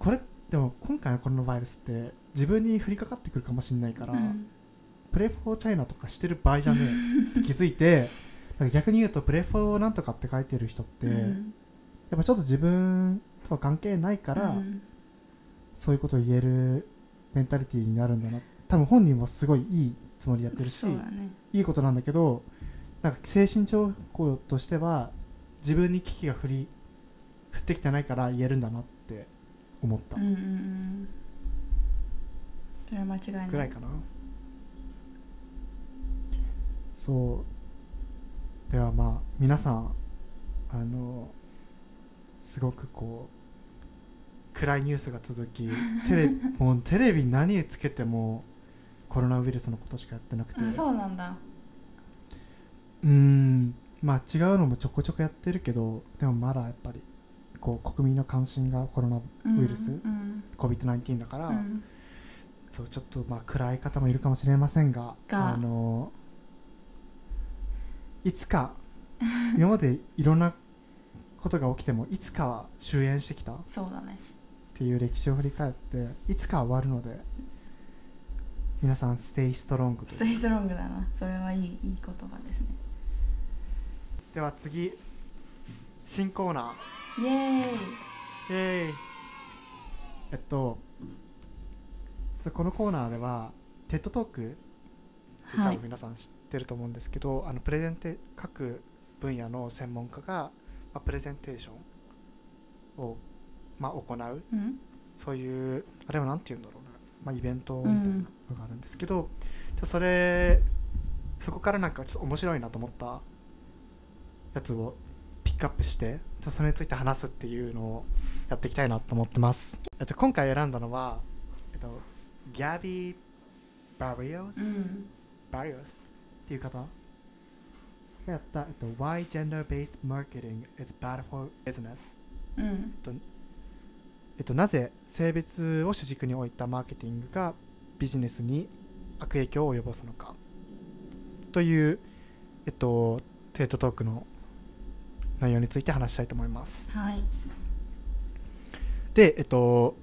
A: これでも今回のコロナウイルスって自分に降りかかってくるかもしれないから、
B: うん
A: プレイフォーチャイナとかしてる場合じゃねえって気づい てなんか逆に言うとプレイフォーなんとかって書いてる人って、
B: う
A: やっ
B: ん
A: ぱちょっと自分とは関係ないから、
B: うん
A: そういうことを言えるメンタリティーになるんだな多分本人もすごいいいつもりでやってるし
B: そうだね
A: いいことなんだけどなんか精神状況としては自分に危機が降り降ってきてないから言えるんだなって思った
B: うんうんうんそれは間違いない
A: ぐらいかな、そうではまあ皆さんあのすごくこう暗いニュースが続 きテレもうテレビ何つけてもコロナウイルスのことしかやってなくて
B: あそうなんだ
A: うーんまあ違うのもちょこちょこやってるけどでもまだやっぱりこう国民の関心がコロナウイルス
B: うん、
A: COVID-19 だか
B: う
A: ら、
B: んうん
A: そうちょっとまあ暗い方もいるかもしれませんが
B: が
A: あのいつか今までいろんなことが起きてもいつかは終焉してきたっ
B: そうだね
A: ていう歴史を振り返っていつかは終わるので皆さんステイストロングという
B: ステイストロングだなそれはいいいい言葉ですね
A: では次新コーナー
B: イエーイ
A: イエーイえっとそうこのコーナーでは TED トークって多
B: はい
A: 分皆さん知ってると思うんですけど、あのプレゼンテ各分野の専門家が、まあ、プレゼンテーションを、まあ、行う
B: うん
A: そういうあれは何て言うんだろうな、まあ、イベントみたいなのがあるんですけど、でそれそこからなんかちょっと面白いなと思ったやつをピックアップしてちょっとそれについて話すっていうのをやっていきたいなと思ってます、えっと、今回選んだのは、えっと、ギャビー・バリオス、
B: うん
A: バリオスっていう方がやった、えっと、Why Gender Based Marketing is Bad for Business
B: うん
A: えっと、なぜ性別を主軸に置いたマーケティングがビジネスに悪影響を及ぼすのかという、えっと、テートトークの内容について話したいと思います。
B: はい
A: で、えっと、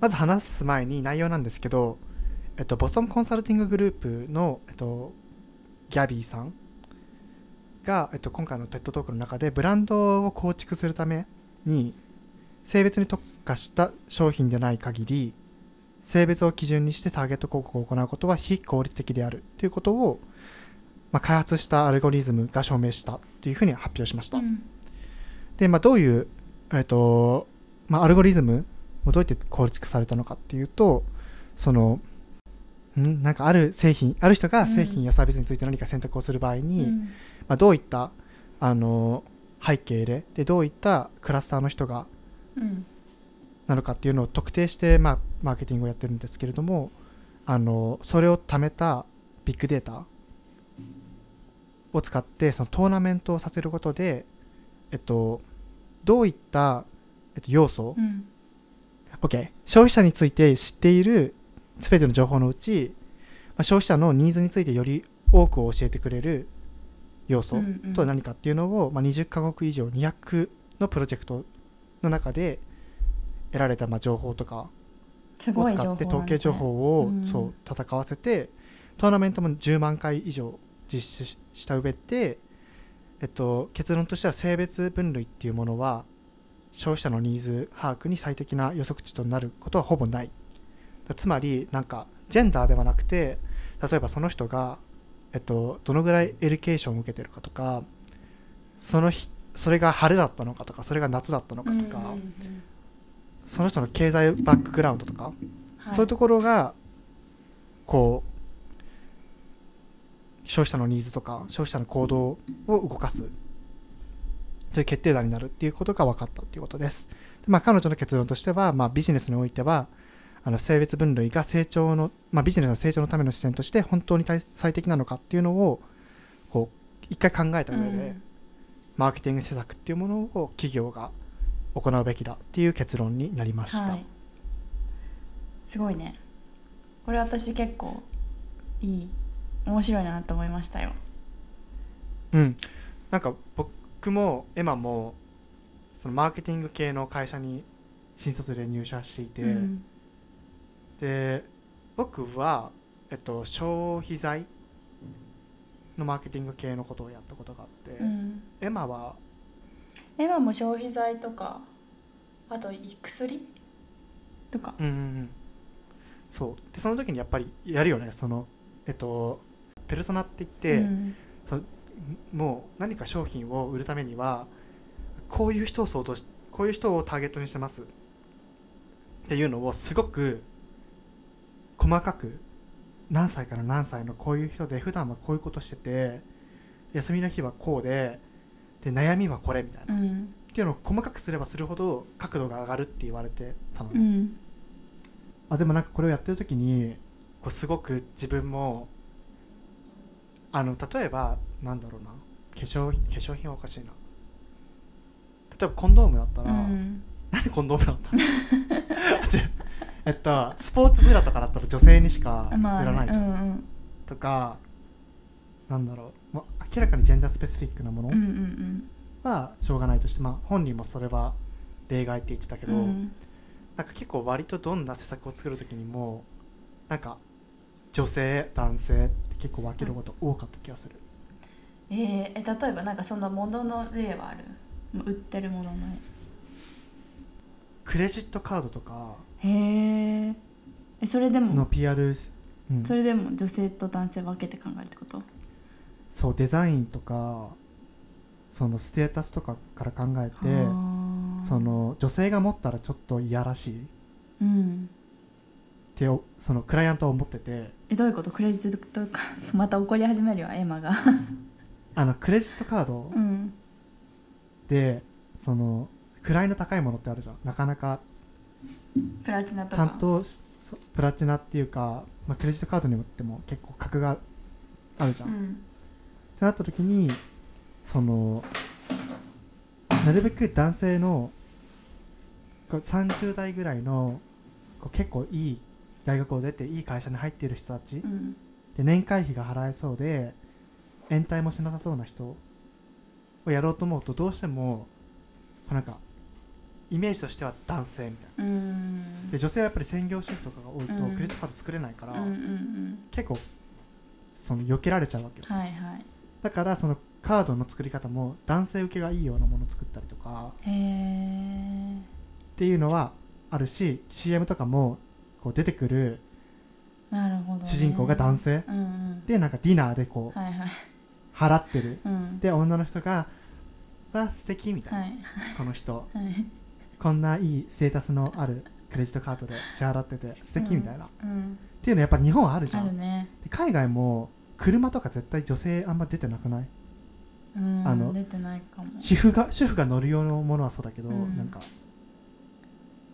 A: まず話す前に内容なんですけど、えっと、ボストンコンサルティンググループの、えっと、ギャビーさんが、えっと、今回のテッドトークの中でブランドを構築するために性別に特化した商品でない限り性別を基準にしてターゲット広告を行うことは非効率的であるということを、まあ、開発したアルゴリズムが証明したというふうに発表しました
B: う。ん
A: で、まあ、どういう、えっとまあ、アルゴリズムをどうやって構築されたのかっていうとそのんなんかある製品ある人が製
B: う
A: 品
B: ん
A: やサービスについて何か選択をする場合に、
B: うん
A: まあ、どういったあの背景ででどういったクラスターの人が
B: うん
A: なのかっていうのを特定して、まあ、マーケティングをやってるんですけれどもあのそれを貯めたビッグデータを使ってそのトーナメントをさせることで、えっと、どういった、えっと、要素、
B: うん
A: OK 消費者について知っている全ての情報のうち、まあ、消費者のニーズについてより多くを教えてくれる要素、
B: うんうん
A: とは何かっていうのを、まあ、20カ国以上200のプロジェクトの中で得られたまあ情報とか
B: す
A: を
B: ごい
A: 使
B: 情
A: って
B: 報
A: 統計情報を、
B: うん
A: そう戦わせてトーナメントも10万回以上実施しした上で、えっと、結論としては性別分類っていうものは消費者のニーズ把握に最適な予測値となることはほぼないだつまりなんかジェンダーではなくて例えばその人が、えっと、どのぐらいエデュケーションを受けてるかとかその日それが春だったのかとかそれが夏だったのかとか、
B: うんうんうん
A: その人の経済バックグラウンドとか
B: はい
A: そういうところがこう消費者のニーズとか消費者の行動を動かすという決定打になるっていうことが分かったということです。でまあ、彼女の結論としては、まあ、ビジネスにおいてはあの性別分類が成長の、まあ、ビジネスの成長のための視点として本当に対最適なのかっていうのをこう一回考えた上で、
B: うん
A: マーケティング施策っていうものを企業が行うべきだっていう結論になりました。
B: はい、すごいねこれ私結構いい面白いなと思いましたよ
A: うん、なんか僕もエマもそのマーケティング系の会社に新卒で入社していて、
B: うん
A: で僕は、えっと、消費財のマーケティング系のことをやったことがあって、
B: うん、
A: エマは
B: エマも消費財とかあと薬とか、
A: うんうんうんそうでその時にやっぱりやるよねそのえっとペルソナって言って、
B: うん
A: そもう何か商品を売るためにはこういう人を想像しこういう人をターゲットにしてますっていうのをすごく細かく何歳から何歳のこういう人で普段はこういうことしてて休みの日はこうでで悩みはこれみたいな、
B: う
A: っ
B: ん
A: ていうのを細かくすればするほど角度が上がるって言われてたのね、
B: うん
A: あでもなんかこれをやってる時にこうすごく自分もあの例えばなんだろうな化粧化粧品はおかしいな例えばコンドームだった
B: う
A: ら、
B: ん
A: なんでコンドームだったの 待ってえっとスポーツブラとかだったら女性にしか売
B: まあ
A: らない
B: ね
A: じゃん、
B: うん
A: とかなんだろうもう明らかにジェンダースペシフィックなも
B: うんうんう
A: の
B: ん
A: はしょうがないとして、まあ本人もそれは例外って言ってたけ
B: う
A: ど、
B: んうん
A: なんか結構割とどんな施策を作る時にもなんか女性男性って結構分けること多かった気がする、
B: えーえ例えばなんかそのものの例はあるもう売ってるものの
A: クレジットカードとか
B: 例へーえそれで
A: の
B: も
A: PR、うん
B: それでも女性と男性分けて考えるってこと
A: そうデザインとかそのステータスとかから考え
B: あ
A: て
B: ー
A: その女性が持ったらちょっといやらしいっ
B: うん
A: ておそのクライアントは思ってて
B: えどういうことクレジットカードまた怒り始めるよエマが
A: あのクレジットカード
B: うん
A: でその位の高いものってあるじゃんなかなか
B: プラチナと
A: ち
B: か
A: ゃんとしそプラチナっていうか、まあ、クレジットカードによっても結構格があるじゃ、
B: うん
A: っ
B: ん
A: てなった時にそのなるべく男性のこう30代ぐらいのこう結構いい大学を出ていい会社に入っている人たち
B: うん
A: で年会費が払えそうで延滞もしなさそうな人をやろうと思うとどうしてもこうなんかイメージとしては男性みたいな
B: うん
A: で女性はやっぱり専業主婦とかが多いと
B: うん
A: クレジットカード作れないから、
B: うんうんうん
A: 結構その避けられちゃうわけよ
B: はいはい
A: だからそのカードの作り方も男性受けがいいようなものを作ったりとか
B: へえ
A: っていうのはあるし CM とかもこう出てくる
B: なるほどね、
A: 主人公が男性
B: うんうん
A: でなんかディナーでこう
B: はいはい
A: 払ってる
B: うん
A: で女の人が「わあ素敵みたいな、
B: はい
A: この人
B: はい
A: こんないいステータスのあるクレジットカードで支払ってて素敵みたいな、っ
B: うん
A: ていうのやっぱ日本はあるじ
B: あ
A: ゃん、
B: るね
A: で海外も車とか絶対女性あんま出てなくない
B: うん
A: あの
B: 出てないかも
A: 主婦が主婦が乗る用のものはそうだけど、
B: うん
A: なんか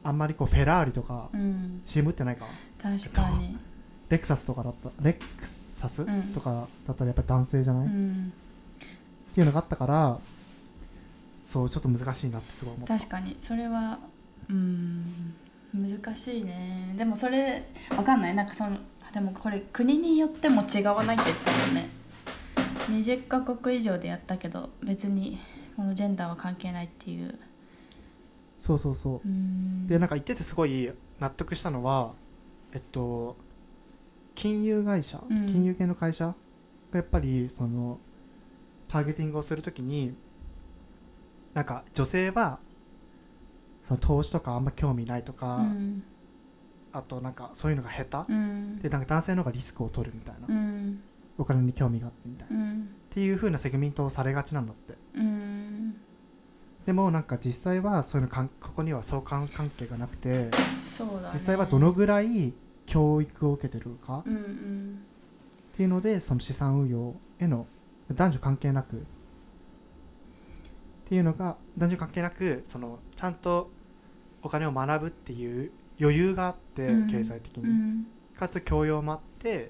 A: あんまりこうフェラーリとか
B: うん、
A: CM 打ってないか
B: 確かに、
A: レクサスとかだったレクサス
B: うん
A: とかだったらやっぱり男性じゃない、
B: う
A: っ
B: ん、
A: ていうのがあったからそうちょっと難しいなってすごい思った
B: 確かにそれはうん難しいねでもそれわかんないなんかそのでもこれ国によっても違わないって言ってたよね20カ国以上でやったけど別にこのジェンダーは関係ないっていう
A: そうそうそう
B: うん
A: でなんか言っててすごい納得したのはえっと金融会社、
B: うん
A: 金融系の会社がやっぱりそのターゲティングをするときになんか女性はその投資とかあんま興味ないとか、
B: うん
A: あとなんかそういうのが下手、
B: うん
A: でなんか男性の方がリスクを取るみたいな、
B: うん
A: お金に興味があってみたいな、
B: う
A: っ
B: ん
A: ていう風なセグメントをされがちなんだって
B: うん
A: でもなんか実際はそういうのかんここには相関関係がなくて
B: そうだ、ね、
A: 実際はどのぐらい教育を受けてるか、
B: うんうん
A: っていうのでその資産運用への男女関係なくっていうのが男女関係なくそのちゃんとお金を学ぶっていう余裕があって、
B: うん
A: 経済的に、
B: うん
A: かつ教養もあってっ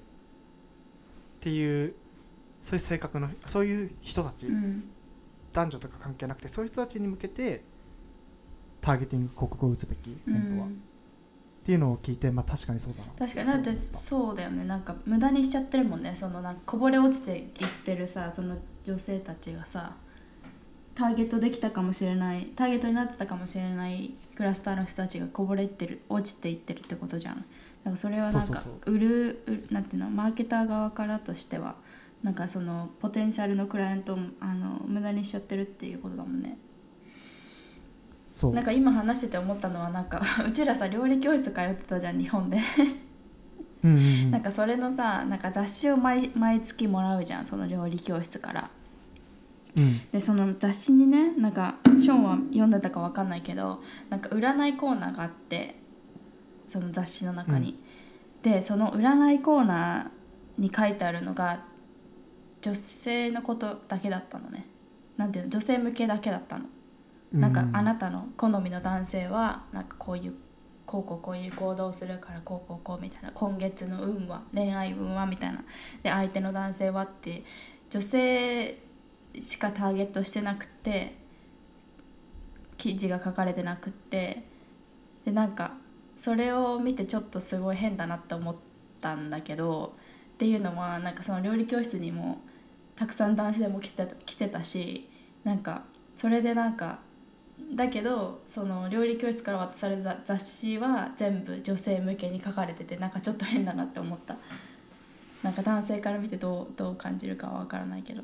A: ていうそういう性格のそういう人たち、
B: うん
A: 男女とか関係なくてそういう人たちに向けてターゲティング広告を打つべき本当は、
B: う
A: っ
B: ん
A: ていうのを聞いてまあ確かにそうだな
B: 確かにだってそうだよねなんか無駄にしちゃってるもんねそのなんかこぼれ落ちていってるさその女性たちがさターゲットできたかもしれないターゲットになってたかもしれないクラスターの人たちがこぼれてる落ちていってるってことじゃんだからそれはなん
A: そう
B: か
A: そう
B: 売るうなんていうのマーケター側からとしてはなんかそのポテンシャルのクライアントをあの無駄にしちゃってるっていうことだもんね
A: そう
B: なんか今話してて思ったのはなんか うちらさ料理教室通ってたじゃん日本で
A: うんうんうん
B: なんかそれのさなんか雑誌を毎毎月もらうじゃんその料理教室から
A: うん
B: でその雑誌にねなんかショーンは読んでたかわかんないけどなんか占いコーナーがあってその雑誌の中に、でその占いコーナーに書いてあるのが女性のことだけだったのねなんていうの女性向けだけだったのなんかあなたの好みの男性はなんかこういうこうこうこういう行動をするからこうこうこうみたいな今月の運は恋愛運はみたいなで相手の男性はって女性しかターゲットしてなくて記事が書かれてなくってでなんかそれを見てちょっとすごい変だなって思ったんだけどっていうのはなんかその料理教室にもたくさん男性も来てた来てたしなんかそれでなんかだけどその料理教室から渡された雑誌は全部女性向けに書かれててなんかちょっと変だなって思ったなんか男性から見てどうどう感じるかは分からないけど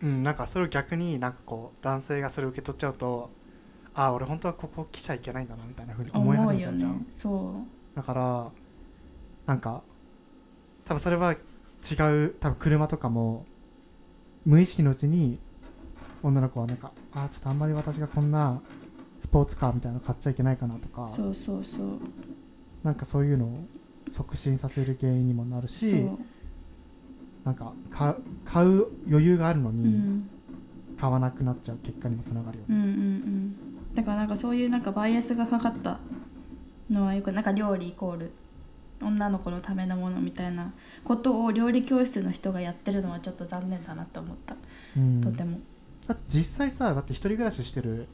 A: うん、なんかそれを逆になんかこう男性がそれを受け取っちゃうとああ俺本当はここ来ちゃいけないんだなみたいなふうに思い始めちゃうじゃん、
B: 思うよねそ
A: だからなんか多分それは違う多分車とかも無意識のうちに女の子はなんかああちょっとあんまり私がこんなスポーツカーみたいなの買っちゃいけないかなとか
B: うそうそうそう
A: なんかそういうのを促進させる原因にもなる
B: そ
A: し
B: う、
A: なんか買う買う余裕があるの
B: う
A: に
B: ん、
A: 買わなくなっちゃう結果にもつながるよね
B: うんうんうんだからなんかそういうなんかバイアスがかかったのはよくなんか料理イコール女の子のためのものみたいなことを料理教室の人がやってるのはちょっと残念だなと思った、
A: うん
B: とても
A: だって実際さだって一人暮らししてる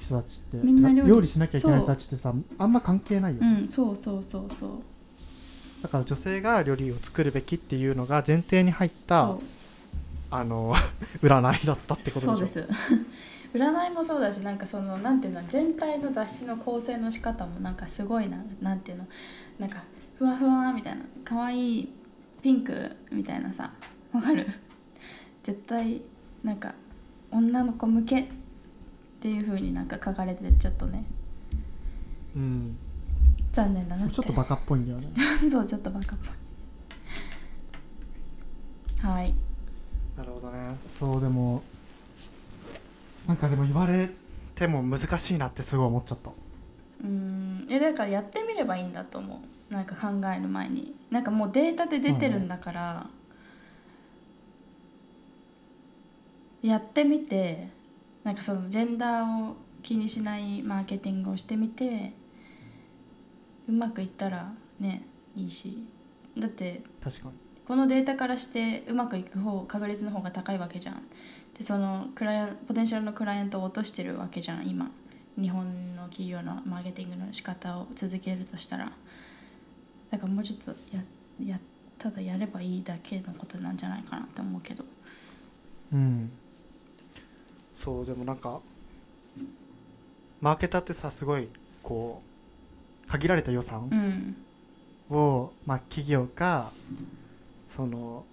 A: 人たちって
B: みんな
A: てか
B: 料理
A: 料理しなきゃいけない人たちってさあんま関係ないよ、
B: うんそうそうそうそう
A: だから女性が料理を作るべきっていうのが前提に入った
B: そう
A: あの 占いだったってことでしょ
B: そうです 占いもそうだしなんかそのなんていうの全体の雑誌の構成の仕方もなんかすごいななんていうのなんかふわふわみたいな可愛いピンクみたいなさわかる絶対なんか女の子向けっていう風になんか書かれてちょっとね
A: うん、
B: 残念だなって
A: ちょっとバカっぽいんだよね
B: そうちょっとバカっぽいはい
A: なるほどねそうでもなんかでも言われても難しいなってすごい思っちゃった
B: うんえだからやってみればいいんだと思うなんか考える前になんかもうデータで出てるんだから、やってみてなんかそのジェンダーを気にしないマーケティングをしてみてうまくいったらねいいしだって
A: 確かに
B: このデータからしてうまくいく方確率の方が高いわけじゃんでそのクライアンポテンシャルのクライアントを落としてるわけじゃん今日本の企業のマーケティングの仕方を続けるとしたらだからもうちょっとややただやればいいだけのことなんじゃないかなって思うけど
A: うんそうでもなんかマーケターってさすごいこう限られた予算
B: うん
A: を、まあ、企業かその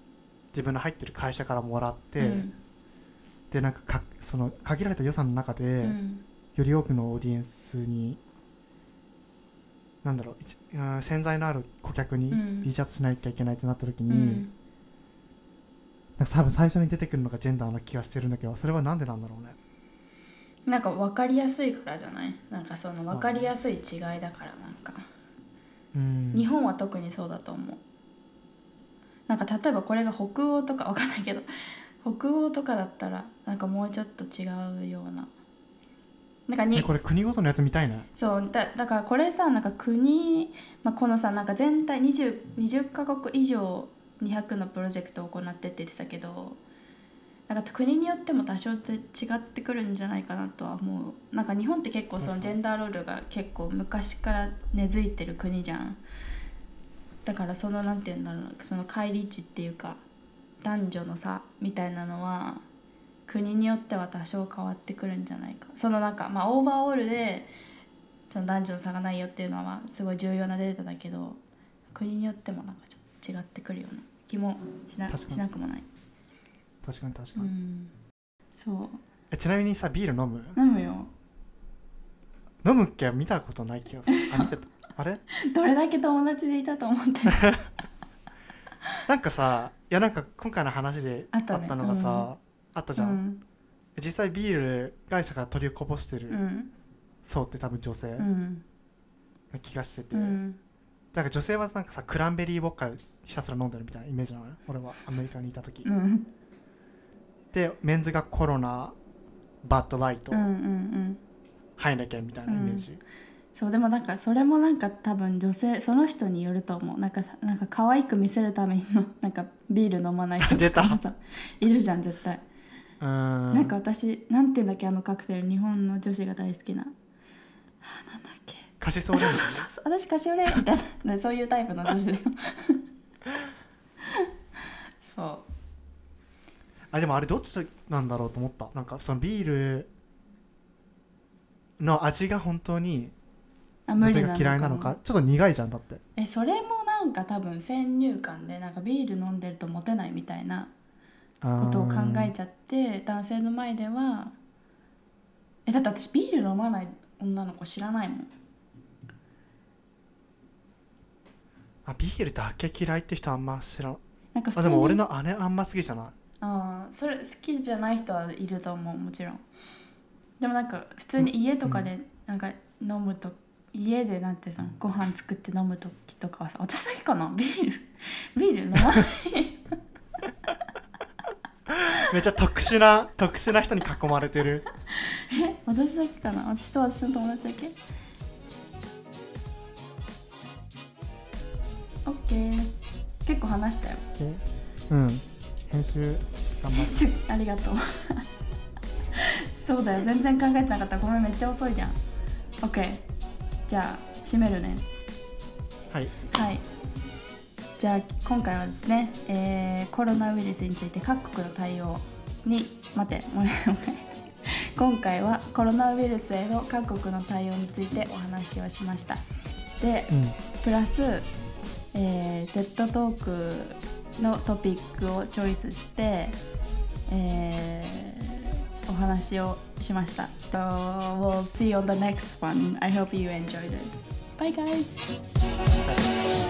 A: 自分の入ってる会社からもらって、
B: うん
A: でなんかかその限られた予算の中で、
B: うん
A: より多くのオーディエンスになんだろう一うん潜在のある顧客に
B: うん
A: リーチャートしなきゃいけないってなった時に、
B: う
A: なん
B: ん
A: か多分最初に出てくるのがジェンダーな気がしてるんだけどそれはなんでなんだろうね
B: なんか分かりやすいからじゃないなんかその分かりやすい違いだからなんか。
A: うん
B: 日本は特にそうだと思うなんか例えばこれが北欧とかわかんないけど北欧とかだったらなんかもうちょっと違うようななんかに
A: ねこれ国ごとのやつ見たいね
B: そうだだからこれさなんか国、まあ、このさなんか全体 20, 20カ国以上200のプロジェクトを行ってって言ってたけどなんか国によっても多少って違ってくるんじゃないかなとは思うなんか日本って結構そ
A: 確
B: のジ
A: か
B: ェ
A: に
B: ンダーロールが結構昔から根付いてる国じゃんだからそのなんて言うんだろうなその乖離値っていうか男女の差みたいなのは国によっては多少変わってくるんじゃないかそのなんかまあオーバーオールでその男女の差がないよっていうのはすごい重要なデータだけど国によってもなんかちょっと違ってくるような気もしな
A: 確かに
B: しなくもない、
A: 確かに確か
B: う
A: に、
B: ん、そう
A: えちなみにさビール飲む
B: 飲むよ
A: 飲むっけ見たことない気がするあ見てたあれ
B: どれだけ友達でいたと思って
A: なんかさいやなんか今回の話であ
B: あ
A: っ
B: った
A: た
B: ね
A: のがさあ ったじ
B: う
A: ゃん、
B: ん
A: 実際ビール会社から取りこぼしてる
B: うん
A: 層って多分女性
B: うん
A: な気がしてて、
B: うん
A: なんか女性はなんかさクランベリーボッカひたすら飲んでるみたいなイメージなのね俺はアメリカにいた時、
B: うん
A: でメンズがコロナバッドライト、
B: うんうん
A: ハイネケンみたいなイメージ、
B: そうでもなんかそれもなんか多分女性その人によると思うなんかさなんか可愛く見せるためのなんかビール飲まない 人
A: 出た
B: とかさいるじゃん絶対、
A: うーん
B: なんか私なんていうんだっけあのカクテル日本の女子が大好きなあなんだっけ
A: カシソーレンジ
B: そうそう私カシオレみたいな ねそういうタイプの女子だよそ
A: あでもあれどっちなんだろうと思ったなんかそのビールの味が本当に
B: うあ
A: 女性が嫌いなのか
B: も
A: ちょっと苦いじゃんだって
B: えそれもなんか多分先入観でなんかビール飲んでるとモテないみたいなことを考えちゃって男性の前ではえだって私ビール飲まない女の子知らないもん
A: あーあビールだけ嫌いって人あんま知らん
B: なんか普
A: あで
B: 通に
A: も俺の姉あんま好きじゃない
B: あーそれ好きじゃない人はいると思うもちろんでもなんか普通に家とかでなんか飲むと、家でなんてさご飯作って飲む時とかはさ私だけかなビール ビール飲まない
A: めっちゃ特殊な特殊な人に囲まれて る
B: え私だけかな私と私の友達だけ OK 結構話したよ
A: うん編集頑張って
B: しありがとう そうだよ全然考えてなかったごめんめっちゃ遅いじゃん OK じゃあ閉めるね
A: はい
B: はいじゃあ今回はですね、えーコロナウイルスについて各国の対応に待ってもう一回今回はコロナウイルスへの各国の対応についてお話をしましたで
C: うん
B: プラス、えー、テッドトークのトピックをチョイスして、えー、お話をしました。So, we'll see you on the next one. I hope you enjoyed it. Bye guys!
A: はい